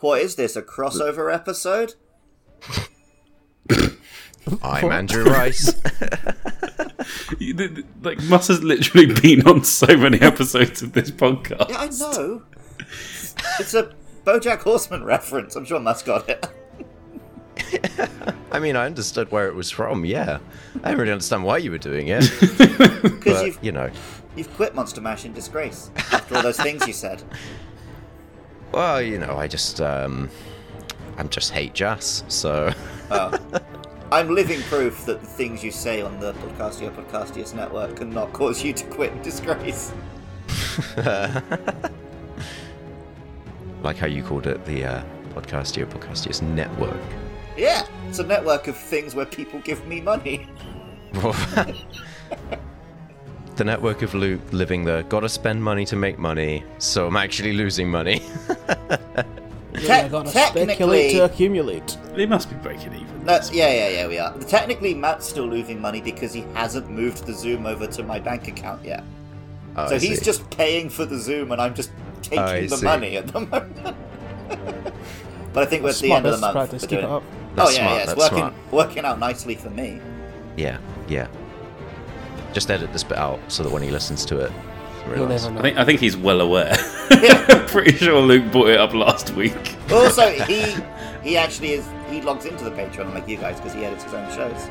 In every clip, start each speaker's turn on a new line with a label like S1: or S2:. S1: What is this? A crossover episode?
S2: I'm Andrew Rice.
S3: You- th- th- Like, Mus has literally been on so many episodes of this podcast.
S1: Yeah, I know. it's a BoJack Horseman reference. I'm sure Matt's got it.
S2: I mean, I understood where it was from. Yeah, I don't really understand why you were doing it,
S1: Because
S2: but
S1: you've
S2: you know,
S1: you've quit Monster Mash in disgrace after all those things you said.
S2: well, you know, I just, um, I'm just hate jazz. So,
S1: Oh. I'm living proof that the things you say on the Podcastio Podcastius network cannot cause you to quit in disgrace.
S2: like how you called it, the uh, Podcastio Podcastius Network.
S1: Yeah, it's a network of things where people give me money.
S2: the network of loot living the gotta spend money to make money, so I'm actually losing money.
S1: Te-
S4: I gotta speculate
S1: technically,
S4: to accumulate.
S3: They must be breaking even.
S1: no, yeah, yeah, yeah, we are. Technically, Matt's still losing money because he hasn't moved the Zoom over to my bank account yet.
S2: Oh,
S1: so
S2: I
S1: he's
S2: see.
S1: just paying for the Zoom, and I'm just taking
S2: I
S1: the
S2: see.
S1: money at the moment. but I think we're at the end
S4: Smart
S1: of the
S4: business
S1: month.
S4: practice.
S1: We're
S4: Keep it
S1: doing it.
S4: up.
S1: Oh
S2: That's
S1: yeah,
S2: smart,
S1: yeah, it's
S2: that's
S1: working
S2: smart.
S1: working out nicely for me.
S2: yeah, yeah. Just edit this bit out so that when he listens to it, he
S4: You'll
S2: realises.
S4: never
S3: I
S4: know.
S3: think, I think he's well aware. Pretty sure Luke brought it up last week.
S1: Also, he he actually is he logs into the Patreon like you guys because he edits his own shows.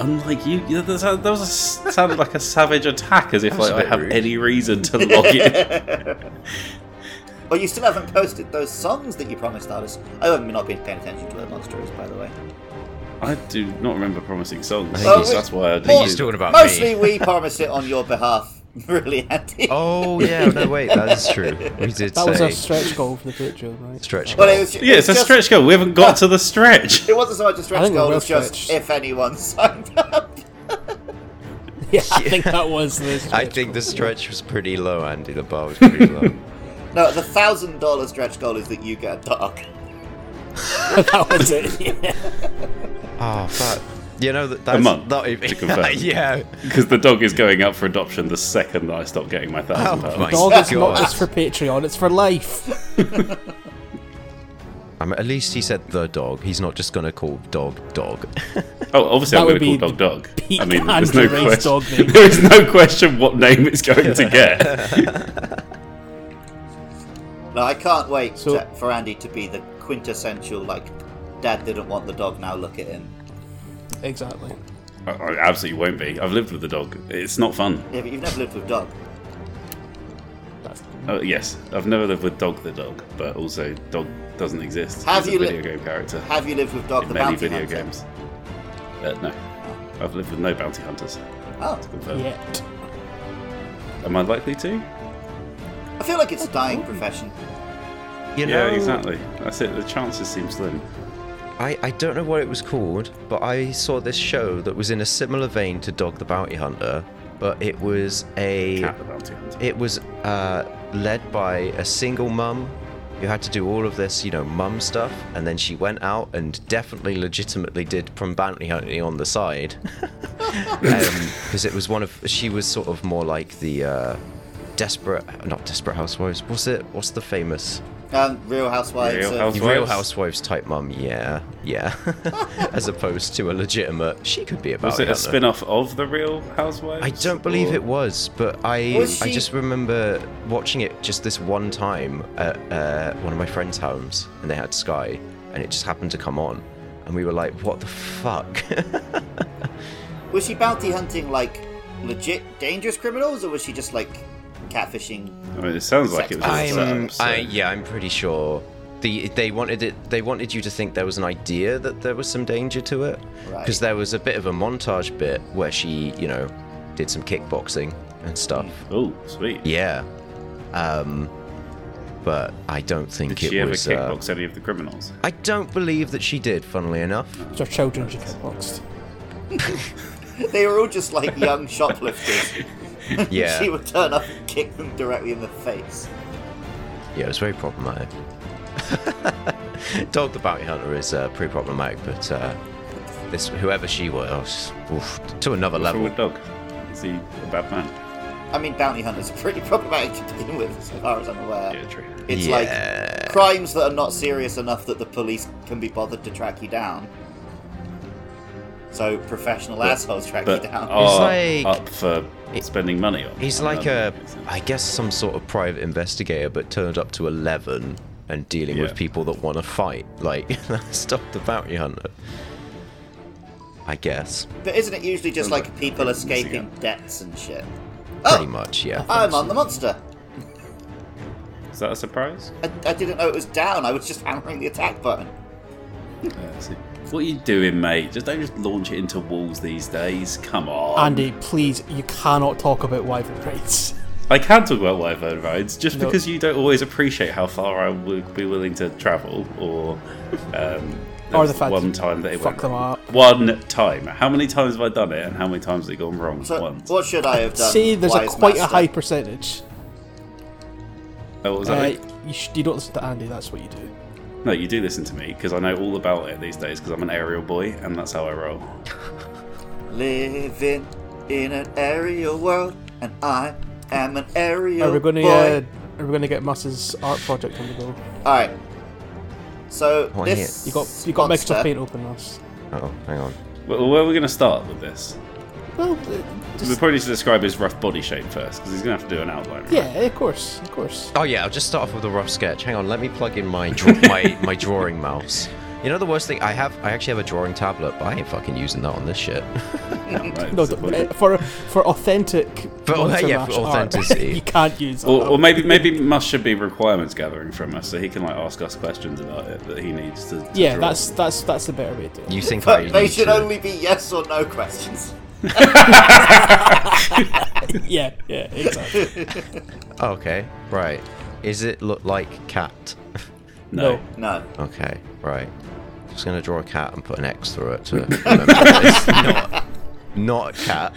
S3: Unlike you, yeah, that sound- that was a s sounded like a savage attack, as if
S2: was
S3: like,
S2: a
S3: I
S2: bit
S3: have
S2: rude.
S3: any reason to log in.
S1: But you still haven't posted those songs that you promised artists. I have not been paying attention to where Monster is, by the way.
S3: I do not remember promising songs.
S2: think
S3: so
S2: he's-
S3: that's why I
S1: Well,
S2: he's
S3: did.
S2: talking about
S1: Mostly
S2: me.
S1: we promised it on your behalf, really, Andy.
S2: Oh yeah, no wait, that is true. We did
S4: That was
S2: say
S4: a stretch goal for the Patreon, right?
S2: stretch.
S1: But
S2: goal.
S1: it was,
S3: Yeah, it's a
S1: just-
S3: stretch goal. We haven't got to the stretch.
S1: It wasn't so much a stretch
S4: think we're
S1: goal,
S4: well
S1: it's just
S4: stretched.
S1: if anyone signed up.
S4: Yeah, I think that was the. Stretch
S2: I think
S4: goal.
S2: the stretch was pretty low, Andy. The bar was pretty low.
S1: No, the thousand dollar stretch goal is that you get a dog.
S4: that was it. Yeah.
S2: oh, but you know that that's
S3: month,
S2: not even.
S3: to confirm.
S2: yeah.
S3: Because the dog is going up for adoption the second that I stop getting my
S2: Oh
S3: thousand
S2: my
S3: pounds.
S4: Dog is not
S2: God.
S4: just for Patreon; it's for life.
S2: I mean, Um, at least he said the dog. He's not just gonna call dog dog.
S3: Oh, obviously
S4: That
S3: I'm
S4: would
S3: going
S4: be
S3: to call dog dog.
S4: peak
S3: I mean, there's no
S4: Andrew Ray's dog
S3: question.
S4: name.
S3: There is no question what name it's going to get.
S1: No, I can't wait
S4: So-
S1: to, for Andy to be the quintessential, like, dad didn't want the dog, now look at him.
S4: Exactly.
S3: I, I absolutely won't be. I've lived with the dog. It's not fun.
S1: Yeah, but you've never lived with dog.
S4: That's
S3: Oh, yes, I've never lived with dog the dog, but also dog doesn't exist.
S1: Have
S3: He's
S1: you
S3: a
S1: li-
S3: video game character
S1: Have you lived with dog
S3: in
S1: the
S3: many
S1: bounty
S3: video
S1: hunter?
S3: games? Uh, no, I've lived with no bounty hunters.
S1: Oh,
S3: Confirmed.
S4: yet.
S3: Am I likely to?
S1: I feel like it's a dying profession.
S2: You know,
S3: Yeah, exactly. That's it. The chances seem slim.
S2: I, I don't know what it was called, but I saw this show that was in a similar vein to Dog the Bounty Hunter, but it was a
S3: Cat the bounty hunter.
S2: it was uh, led by a single mum who had to do all of this, you know, mum stuff, and then she went out and definitely legitimately did from bounty hunting on the side, because it was one of she was sort of more like the uh, desperate, not desperate housewives. What's it? What's the famous
S1: Um, Real Housewives.
S3: Real
S1: of-
S3: House-
S2: Real
S3: Housewives?
S2: Housewives type mum? Yeah, yeah, as opposed to a legitimate. She could be a bounty
S3: Was it a
S2: hunter.
S3: spin-off of the Real Housewives?
S2: I don't believe
S3: Or-
S2: it was, but I
S1: Was
S2: I
S1: she-
S2: just remember watching it just this one time at uh, one of my friends' homes, and they had Sky, and it just happened to come on, and we were like, "What the fuck?"
S1: Was she bounty hunting, like, legit dangerous criminals, or was she just, like, catfishing?
S3: I mean, it sounds like it was. all set
S2: I'm,
S3: up, so-
S2: I, yeah, I'm pretty sure. The, they wanted it. They wanted you to think there was an idea that there was some danger to it,
S1: Right.
S2: because there was a bit of a montage bit where she, you know, did some kickboxing and stuff.
S3: Oh, sweet.
S2: Yeah, um, but I don't think
S3: Did
S2: it
S3: she ever
S2: was. uh,
S3: kickbox any of the criminals?
S2: I don't believe that she did, funnily enough.
S4: It's Your children should get boxed.
S1: They were all just, like, young shoplifters.
S2: Yeah.
S1: she would turn up and kick them directly in the face.
S2: Yeah, it was very problematic. Dog the Bounty Hunter is uh, pretty problematic, but uh, this whoever she was, oof, to another
S3: From
S2: level.
S3: a dog. Is he a bad man?
S1: I mean, bounty hunters are pretty problematic to begin with, as far as I'm aware.
S3: Yeah, true.
S1: It's
S2: Yeah.
S1: like crimes that are not serious enough that the police can be bothered to track you down. So professional assholes track
S3: But
S1: you down.
S3: are
S2: like-
S3: up for spending money on. Um,
S2: He's
S3: I
S2: like
S3: don't
S2: a,
S3: think so.
S2: I guess, some sort of private investigator, but turned up to 11 and dealing
S3: Yeah.
S2: with people that want to fight. Like, that's stop the bounty hunter. I guess.
S1: But isn't it usually just
S3: Sounds
S1: like
S3: like
S1: people
S3: Missing
S1: escaping debts and shit?
S2: Pretty
S1: Oh,
S2: much, yeah.
S1: I'm
S2: thanks.
S1: on the monster.
S3: Is that a surprise?
S1: I, I didn't know it was down. I was just hammering the attack button.
S3: Yeah, I see. What are you doing, mate? Just don't just launch it into walls these days. Come on.
S4: Andy, please, you cannot talk about wyvern rights.
S3: I can talk about wyvern rides just
S4: No.
S3: because you don't always appreciate how far I would be willing to travel, or um, there
S4: Or
S3: was
S4: the fact
S3: one
S4: you
S3: time that it
S4: fuck
S3: went
S4: them
S3: wrong.
S4: up.
S3: One time. How many times have I done it, and how many times has it gone wrong?
S1: So
S3: Once.
S1: what should I have done?
S4: Say there's a
S1: wise
S4: quite a
S1: master?
S4: high percentage.
S3: Oh, what was that?
S4: Uh, you, sh- you don't listen to Andy. That's what you do.
S3: No, you do listen to me because I know all about it these days because I'm an aerial boy and that's how I roll.
S1: Living in an aerial world, and I am an aerial
S4: Are we going to?
S1: boy.
S4: Uh, are we going to get Muss's art project on the go?
S1: All right. So
S2: Why
S1: this
S4: You got you got
S1: monster,
S4: Microsoft Paint open, Muss.
S2: Oh, hang on.
S3: Well, where are we going to start with this?
S4: Well, uh,
S3: we
S4: just,
S3: probably need to describe his rough body shape first because he's going to have to do an outline. right?
S4: yeah, of course, of course.
S2: Oh yeah, I'll just start off with a rough sketch. Hang on, let me plug in my draw- my my drawing mouse. You know the worst thing I have? I actually have a drawing tablet, but I ain't fucking using that on this shit.
S3: Right,
S4: No,
S3: so
S4: th-
S3: what-
S4: uh, for for authentic
S2: For-
S4: monster
S2: yeah, for
S4: mash art,
S2: authenticity.
S4: you can't use.
S3: Or,
S4: that.
S3: or maybe maybe Mus should be requirements gathering from us so he can like ask us questions about it that he needs to. to
S4: yeah,
S3: draw.
S4: that's that's that's the better way to do it.
S2: You think I
S1: But they
S2: need
S1: should
S2: to-
S1: only be yes or no questions.
S4: Yeah, yeah, exactly.
S2: Oh, okay, right. Is it look like cat?
S3: no.
S4: no.
S1: No.
S2: Okay, right. Just gonna draw a cat and put an X through it to remember that it's not not a cat.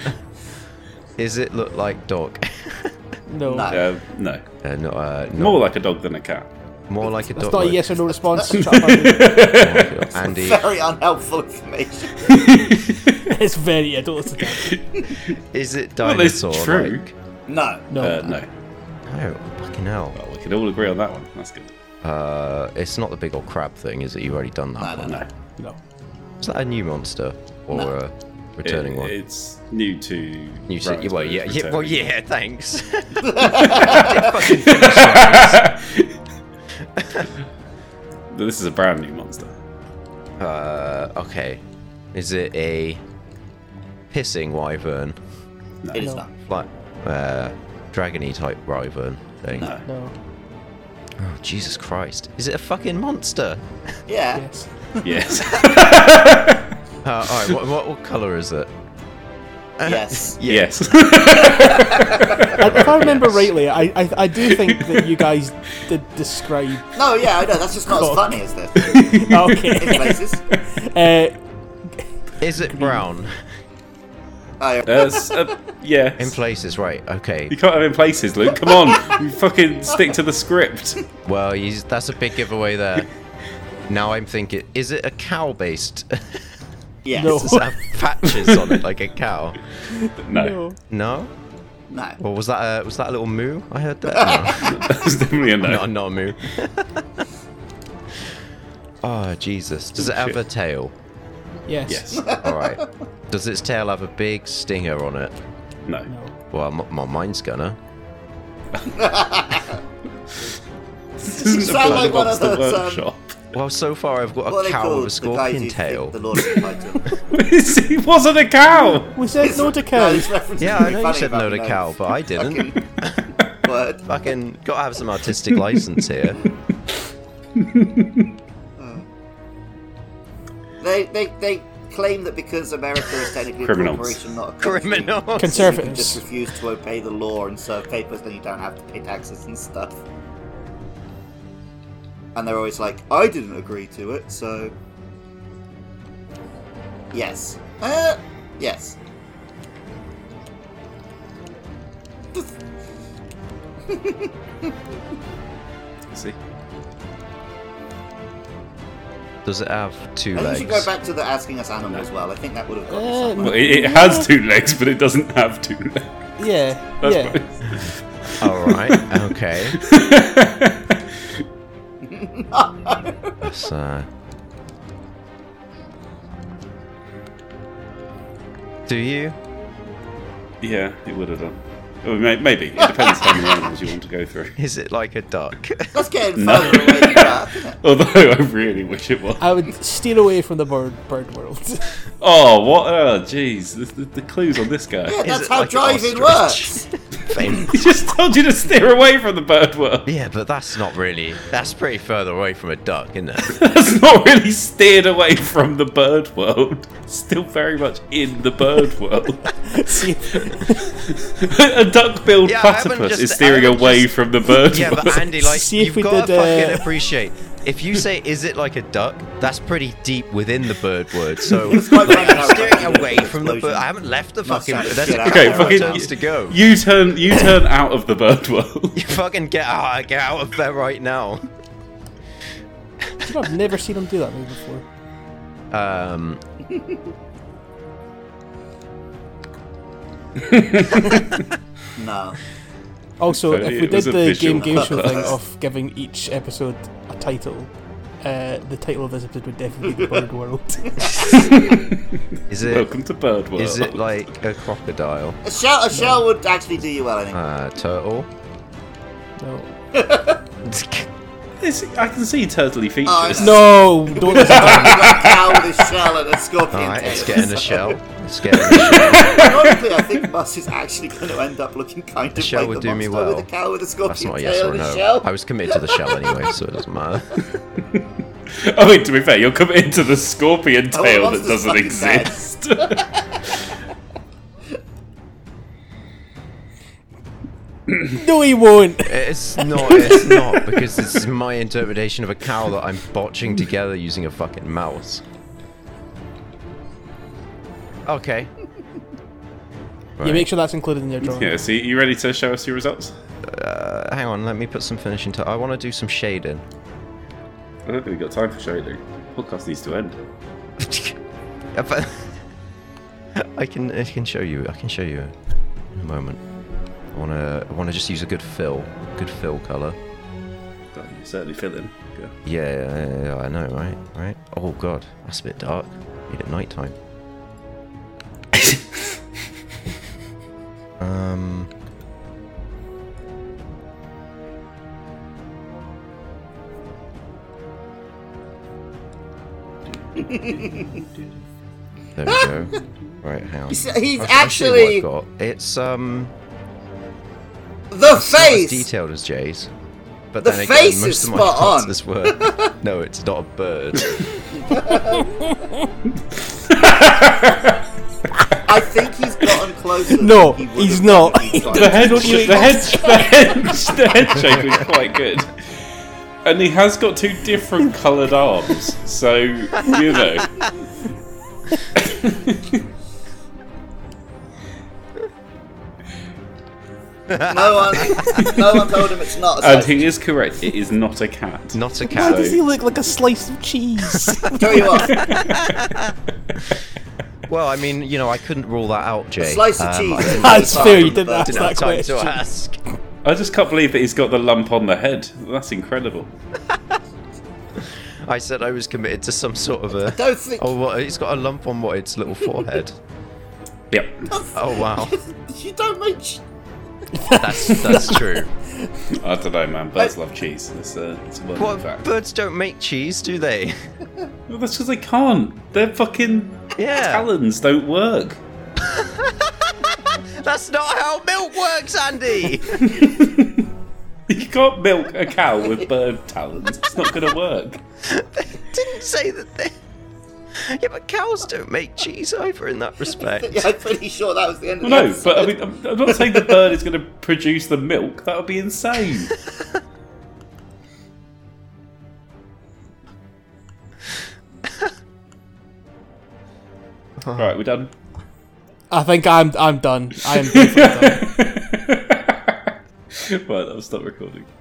S2: Is it look like dog?
S4: No,
S1: No.
S3: Uh, no.
S2: Uh, not, uh, not,
S3: More like a dog than a cat.
S2: more like a
S4: that's
S2: dog.
S4: not a
S2: would.
S4: yes or no response. Shut up, Andy.
S2: Andy,
S1: Very unhelpful information.
S4: it's very. I don't listen to Andy.
S2: is it
S3: Well, it's
S2: dinosaur?
S3: true.
S2: Like?
S1: No.
S4: No,
S3: Uh, no.
S2: No, fucking hell.
S3: Well, we can all agree on that one. That's good.
S2: Uh, it's not the big old crab thing, is it? You've already done that.
S1: No, no,
S3: No.
S4: no.
S2: Is that a new monster or
S1: No.
S2: a
S3: It-
S2: returning one?
S3: It's new to.
S2: You said,
S3: Rose,
S2: well,
S3: but
S2: yeah,
S3: it's
S2: yeah, well,
S3: returning.
S2: yeah, thanks.
S3: This is a brand new monster.
S2: uh, okay. Is it a pissing wyvern?
S1: It is
S4: No.
S1: not.
S2: Like, uh, dragony type wyvern thing?
S3: No.
S4: No.
S2: Oh, Jesus Christ. Is it a fucking monster?
S1: Yeah.
S4: Yes.
S3: Yes.
S2: Uh, alright, what, what, what colour is it?
S1: Yes.
S3: yes.
S4: if I remember
S2: Yes.
S4: rightly, I, I I do think that you guys did describe.
S1: No, yeah, I know. That's just not as
S4: God.
S1: funny as this. In
S4: Okay.
S1: places.
S4: Uh,
S2: Is it brown?
S1: Oh,
S3: Uh, s- uh, yes.
S2: In places, right, okay.
S3: you can't have in places, Luke. Come on. You fucking stick to the script.
S2: Well, you, that's a big giveaway there. Now I'm thinking, is it a cow based?
S1: yes.
S4: No.
S2: Does it have patches on it like a cow?
S3: No.
S4: no.
S2: No.
S1: No.
S2: Well, was that a, was that a little moo? I heard that.
S3: That's definitely a no.
S2: No, not, not a moo. oh Jesus! Does it have a tail?
S4: Yes.
S3: Yes.
S2: All right. Does its tail have a big stinger on it?
S3: No.
S4: No.
S2: Well, m- my mind's gonna.
S3: This isn't
S1: You
S3: a
S1: sound like
S3: Blind
S1: one of
S3: Monster
S1: those, um,
S3: workshop.
S2: Well, so far I've got
S1: What are
S2: a
S1: they
S2: cow
S1: called?
S2: with a
S1: the guys who
S2: scorpion
S1: think
S2: tail.
S1: The Lord of the Python.
S3: he wasn't a cow.
S4: We said no to
S1: No,
S4: cows.
S1: this reference is
S2: Yeah, I
S1: really
S2: know you
S1: funny
S2: said
S1: about
S2: no to
S1: the
S2: cow, but I didn't.
S1: fucking Word.
S2: Fucking gotta have some artistic license here.
S1: They, they, they claim that because America is technically
S3: Criminals.
S1: a corporation, not a country,
S2: Criminal.
S1: You can just
S4: Conservatives.
S1: refuse to obey the law and serve papers, then you don't have to pay taxes and stuff. And they're always like, I didn't agree to it, so. Yes. Uh, yes.
S3: See,
S2: Does it have
S1: I
S2: two
S1: think you
S2: legs?
S1: should go back to the asking us animal as well. I think that would have got you
S4: Uh,
S1: somewhere.
S3: well, it, it has two legs, but it doesn't have two legs.
S4: Yeah.
S3: That's
S4: yeah.
S3: fine.
S2: All right. Okay.
S1: no.
S2: So. Do you?
S3: Yeah, it would have done. Oh, may- maybe. It depends how many animals you want to go through.
S2: Is it like a duck?
S1: That's getting
S3: No.
S1: further away than that. isn't it?
S3: Although I really wish it was.
S4: I would steer away from the bird bird world.
S3: Oh, what? Oh, jeez. The, the, the clues on this
S1: Yeah,
S3: guy.
S2: it
S1: that's how
S2: like an
S1: driving works.
S2: ostrich? Fame-
S3: He just told you to steer away from the bird world.
S2: yeah, but that's not really. That's pretty further away from a duck, isn't it?
S3: That's not really steered away from the bird world. Still very much in the bird world.
S4: See,
S3: a duck-billed
S2: Yeah, I haven't
S3: platypus
S2: just-
S3: is
S2: I
S3: steering
S2: haven't
S3: away
S2: just-
S3: from the bird
S2: yeah,
S3: world.
S2: but Andy, like,
S4: See if
S2: you've
S4: we
S2: got to
S4: did, uh,
S2: fucking appreciate. If you say, "Is it like a duck?" That's pretty deep within the bird word. So
S1: quite funny how
S2: I'm steering
S1: that
S2: away from the bird. I haven't left the
S1: Must
S2: fucking.
S1: have
S2: There's
S1: shit
S2: a
S1: out.
S2: couple
S3: Okay,
S2: of
S3: fucking-
S2: turns to go.
S3: You turn, you turn out of the bird world.
S2: You fucking get out, get out of there right now.
S4: you know, I've never seen him do that move before.
S2: Um.
S1: No.
S4: Also,
S3: So
S4: if
S3: it
S4: we did
S3: was a
S4: the
S3: visual
S4: game game show thing
S3: podcast.
S4: of giving each episode a title, uh, the title of this episode would definitely be the bird world.
S2: Is it?
S3: Welcome to bird world.
S2: Is it like a crocodile?
S1: A shell, a shell would actually do you well, I think.
S2: Uh, turtle?
S4: No,
S3: It's- I can see
S2: Uh,
S3: turtly features.
S1: Oh, it's-
S4: no, don't. listen to him.
S1: You've got a cow with a shell and a scorpion
S2: Alright,
S1: tail.
S2: it's getting a shell. It's getting a shell.
S1: Ironically, I think Bus is actually going to end up looking kind of
S2: shell
S1: like
S2: would
S1: the
S2: do me
S1: monster
S2: well.
S1: with a cow with a
S2: That's
S1: scorpion
S2: not a yes
S1: tail
S2: or a
S1: and a
S2: no.
S1: shell.
S2: I was committed to the shell anyway, so it doesn't matter.
S3: I mean, Oh, to be fair, you're committed to the scorpion
S1: Oh,
S3: tail
S1: monster's
S3: that doesn't
S1: fucking dead.
S3: exist.
S4: no, he won't.
S2: It's not. It's not because it's my interpretation of a cow that I'm botching together using a fucking mouse. Okay.
S4: You
S2: Right,
S4: make sure that's included in your drawing.
S3: yeah, see, you ready to show us your results?
S2: uh, hang on, let me put some finishing. T- I want to do some shading.
S3: I don't think we've got time for shading. Podcast needs to end.
S2: If I- I can I can show you I can show you in a moment. I wanna I wanna just use a good fill, good fill color.
S3: God, you certainly fill in. Yeah.
S2: Yeah, yeah, yeah, yeah, I know, right, right. Oh god, that's a bit dark. Need at night time. um. there we go. Right, hang on.
S1: He's, he's
S2: I'll- I'll show you what
S1: actually
S2: I've got. It's um
S1: the
S2: not as
S1: face.
S2: detailed as Jay's. But
S1: The
S2: then
S1: face
S2: again, most
S1: is
S2: of my
S1: spot on.
S2: answers were no, it's not a bird.
S1: I think he's gotten closer. than
S4: No,
S1: he would
S4: he's
S1: have
S4: not.
S1: probably gotten.
S3: The head, sh- the head, sh- the head, sh- the head shape is quite good. And he has got two different coloured arms, so you know.
S1: no one, no one told him it's not.
S3: And
S1: So
S3: he is correct. It is not a cat.
S2: Not a
S4: Why
S2: cat.
S4: does he look like a slice of cheese?
S1: tell you what,
S2: Well, I mean, you know, I couldn't rule that out, Jay.
S1: slice of
S2: Um,
S1: cheese.
S2: I
S1: is
S2: didn't
S4: That's
S1: far
S4: fair, you
S1: from the
S4: didn't ask
S1: bird.
S2: have
S4: that
S2: time
S4: question.
S2: to ask.
S3: I just can't believe that he's got the lump on the head. That's incredible.
S2: I said I was committed to some sort of a.
S1: Don't think.
S2: Oh, well, it's got a lump on what its little forehead.
S3: Yep.
S2: Oh wow,
S1: You don't make. sh-
S2: that's that's true.
S3: I don't know, man. Birds love cheese. It's a, it's a well known
S2: What
S3: fact.
S2: birds don't make cheese, do they?
S3: Well, that's because they can't. Their fucking
S2: Yeah.
S3: talons don't work.
S2: That's not how milk works, Andy.
S3: You can't milk a cow with bird talons. It's not going to work.
S2: Didn't say that. They... Yeah, but cows don't make cheese either in that respect.
S1: Yeah, I'm pretty sure that was the end of
S3: No,
S1: the
S3: but I mean, I'm, I'm not saying the bird is going to produce the milk. That would be insane. right, we're done.
S4: I think I'm I'm done. I am definitely done.
S3: right, I'll stop recording.